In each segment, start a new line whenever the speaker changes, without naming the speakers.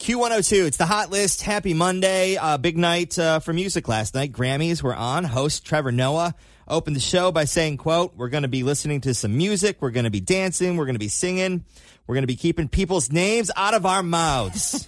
Q102, it's the hot list. Happy Monday. Uh, big night uh, for music last night. Grammys were on. Host Trevor Noah opened the show by saying, quote, we're going to be listening to some music. We're going to be dancing. We're going to be singing. We're going to be keeping people's names out of our mouths.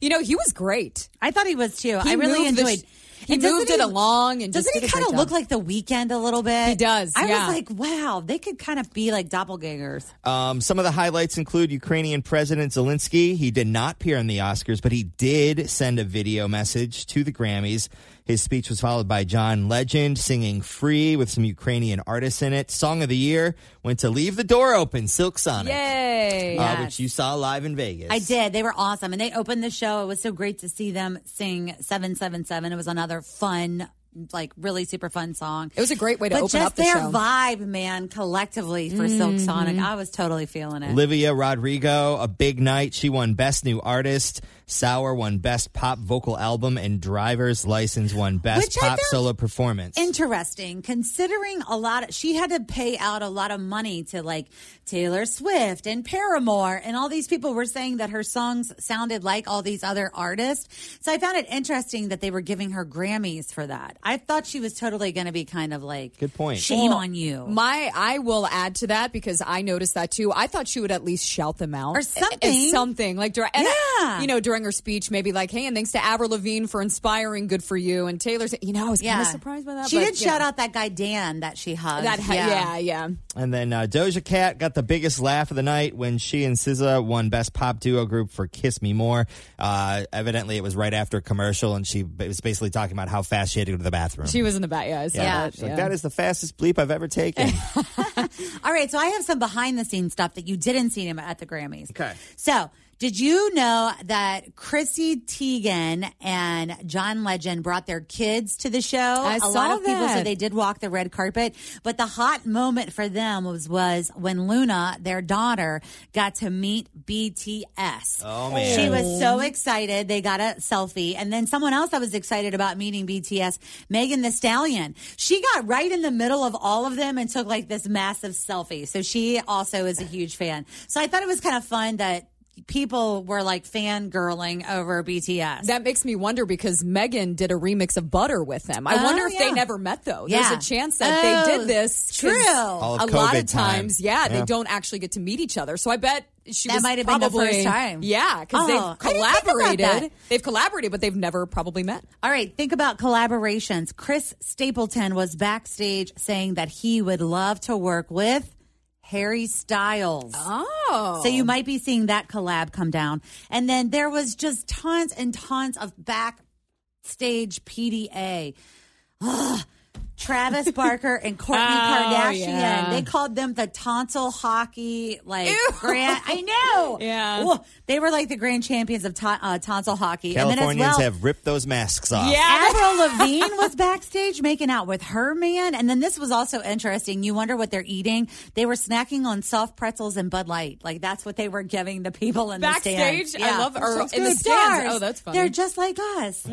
You know, he was great.
I thought he was too.
He
I really
moved the
enjoyed.
sh- he
doesn't
moved it along and just
doesn't
did
he
a great
kind of
job.
look like the weekend a little bit?
He does,
I
yeah.
was like, wow, they could kind of be like doppelgangers.
um, some of the highlights include Ukrainian President Zelensky. He did not appear in the Oscars, but he did send a video message to the Grammys. His speech was followed by John Legend singing Free with some Ukrainian artists in it. Song of the year went to Leave the Door Open, Silk Sonic.
Yay.
uh,
Yes.
which you saw live in Vegas.
I did. They were awesome, and they opened the show. It was so great to see them sing seven seven seven. It was another fun, like really super fun song.
It was a great way to
but
open
just
up the
their
show. Mm-hmm.
vibe, man, collectively for Silk Sonic, I was totally feeling it.
Olivia Rodrigo, a big night. She won Best New Artist. Sour won Best Pop Vocal Album, and Driver's License won Best
Which I
Pop
found
Solo Performance.
interesting considering a lot of, she had to pay out a lot of money to like Taylor Swift and Paramore and all these people were saying that her songs sounded like all these other artists. So I found it interesting that they were giving her Grammys for that. I thought she was totally going to be kind of like
Good point.
Shame on you.
My, I will add to that because I noticed that too. I thought she would at least shout them out
Or something.
Or something like dur- and I-
Yeah.
you know, during her speech, maybe like, "Hey, and thanks to Avril Lavigne for inspiring, good for you." And Taylor's, you know, I was kind of surprised by that.
She
but,
did
you
shout
know,
out that guy Dan that she hugged.
That ha- yeah. yeah,
and then uh, Doja Cat got the biggest laugh of the night when she and SZA won Best Pop Duo Group for "Kiss Me More." Uh, evidently, it was right after a commercial, and she b- was basically talking about how fast she had to go to the bathroom.
She was in the back. Yeah, I saw
Yeah.
that.
She's like, that is the fastest bleep I've ever taken.
All right, so I have some behind the scenes stuff that you didn't see him at the Grammys.
Okay.
So, did you know that Chrissy Teigen and John Legend brought their kids to the show?
I
A lot
saw
of people, so
that.
they did walk the red carpet. But the hot moment for them was was when Luna, their daughter, got to meet BTS.
Oh, man.
She was so excited. They got a selfie, and then someone else that was excited about meeting BTS, Megan the Stallion. She got right in the middle of all of them and took like this massive selfie. So she also is a huge fan. So I thought it was kind of fun that people were like fangirling over BTS.
That makes me wonder because Megan did a remix of Butter with them. I
Oh,
wonder if
yeah.
they never met though.
Yeah.
There's a chance that they
Oh,
did this. 'cause
true. All
of
a lot
COVID
of times,
time.
yeah,
Yeah.
they don't actually get to meet each other. So I bet she
That
was
might have been the
probably,
first time.
Yeah,
Oh,
because
I
they've
didn't think about that.
collaborated. They've collaborated, but they've never probably met.
All right, think about collaborations. Chris Stapleton was backstage saying that he would love to work with Harry Styles.
Oh,
So you might be seeing that collab come down. And then there was just tons and tons of backstage PDA. Ugh. Travis Barker and Courtney Kardashian.
Oh, yeah.
They called them the tonsil hockey, like grand. I know.
Yeah.
Whoa. they were like the grand champions of ton- uh, tonsil hockey. and then
Californians
as well,
have ripped those masks off.
Yeah.
Avril Lavigne was backstage making out with her man. And then this was also interesting. You wonder what they're eating. They were snacking on soft pretzels and Bud Light. Like that's what they were giving the people in the
Backstage?
stands.
I love- or
Sounds
in the
good.
stands.
Stars.
Oh, that's funny. Mm.
They're just like us.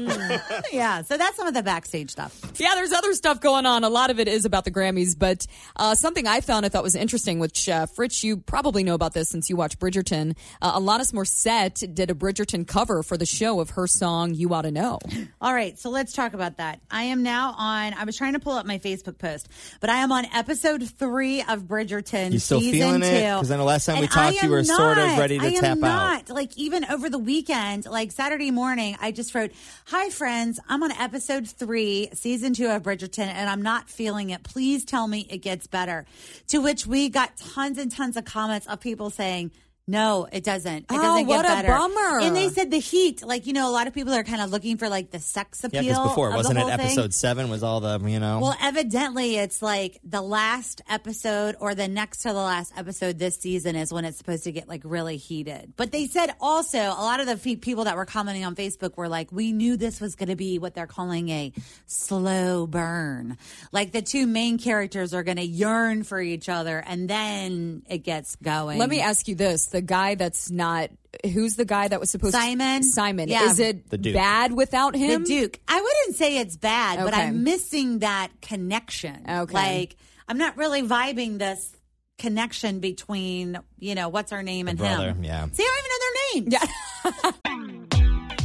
yeah. So that's some of the backstage stuff.
yeah. There's other stuff going going on. A lot of it is about the Grammys, but uh, something I found I thought was interesting, which uh, Fritz, you probably know about this since you watch Bridgerton. Uh, Alanis Morissette did a Bridgerton cover for the show of her song "You Ought to Know."
All right, so let's talk about that. I am now on. I was trying to pull up my Facebook post, but I am on episode three of Bridgerton.
You still
season
feeling
two.
it? 'Cause I know last time we
And
talked,
I
you
am
were sort of
not.
ready to
I am
tap out.
not. Like even over the weekend, like Saturday morning, I just wrote, "Hi friends, I'm on episode three, season two of Bridgerton, and I'm not feeling it. Please tell me it gets better." To which we got tons and tons of comments of people saying. No, it doesn't. It
Oh,
doesn't
what
get
a
better.
bummer.
And they said the heat, like you know, a lot of people are kind of looking for like the sex appeal.
Yeah, because before it
of the
wasn't it
whole thing.
episode seven was all the you know.
Well, evidently, it's like the last episode or the next to the last episode this season is when it's supposed to get like really heated. But they said also a lot of the fe- people that were commenting on Facebook were like, "We knew this was going to be what they're calling a slow burn. Like the two main characters are going to yearn for each other, and then it gets going."
Let me ask you this: the guy that's not who's the guy that was supposed
Simon?
to Simon?
Yeah.
Is it
The Duke.
bad without
the
him?
Duke. I wouldn't say it's bad, but
Okay.
I'm missing that connection.
Okay.
Like I'm not really vibing this connection between, you know, what's her name and
brother,
him.
yeah.
See, I don't even know their names.
Yeah.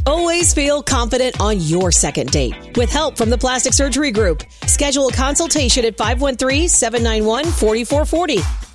Always feel confident on your second date. With help from the Plastic Surgery Group, schedule a consultation at 513-791-4440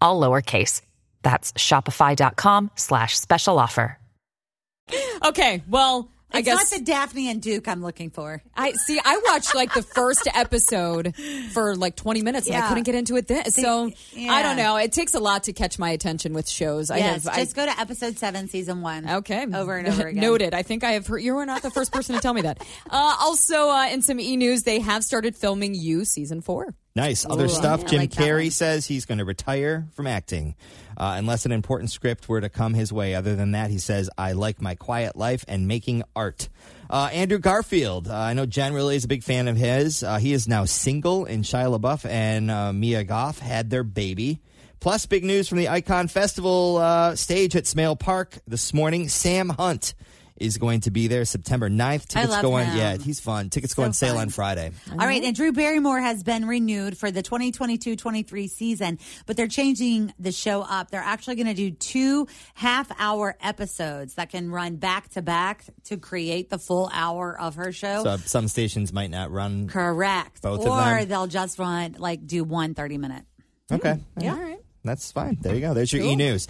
all lowercase. That's shopify.com slash special offer.
Okay. Well, I
It's
guess
not the Daphne and Duke I'm looking for.
I see. I watched like the first episode for like 20 minutes, and I
Yeah.
couldn't get into it then. So I
yeah.
don't know. It takes a lot to catch my attention with shows. I
Yes,
have.
just
I,
go to episode seven, season one.
Okay.
Over and over again.
Noted. I think I have heard. You were not the first person to tell me that. Uh, also, uh, in some e news, they have started filming You season four.
Nice. Other stuff.
I
Jim
like that
Carrey
one.
says he's going to retire from acting uh, unless an important script were to come his way. Other than that, he says, I like my quiet life and making art. Uh, Andrew Garfield. Uh, I know Jen really is a big fan of his. Uh, he is now single, and Shia LaBeouf and uh, Mia Goff had their baby. Plus, big news from the Icon Festival uh, stage at Smale Park this morning. Sam Hunt is going to be there September 9th. Tickets
I love
go on.
him.
Yeah, he's fun. Tickets go on sale on Friday.
All right, and Drew Barrymore has been renewed for the 2022-23 season, but they're changing the show up. They're actually going to do two half-hour episodes that can run back to back to create the full hour of her show.
So some stations might not run
Correct.
Both of
or
them?
they'll just run like do one 30 minute.
Okay. Yeah. That's fine. There you go. There's your e news.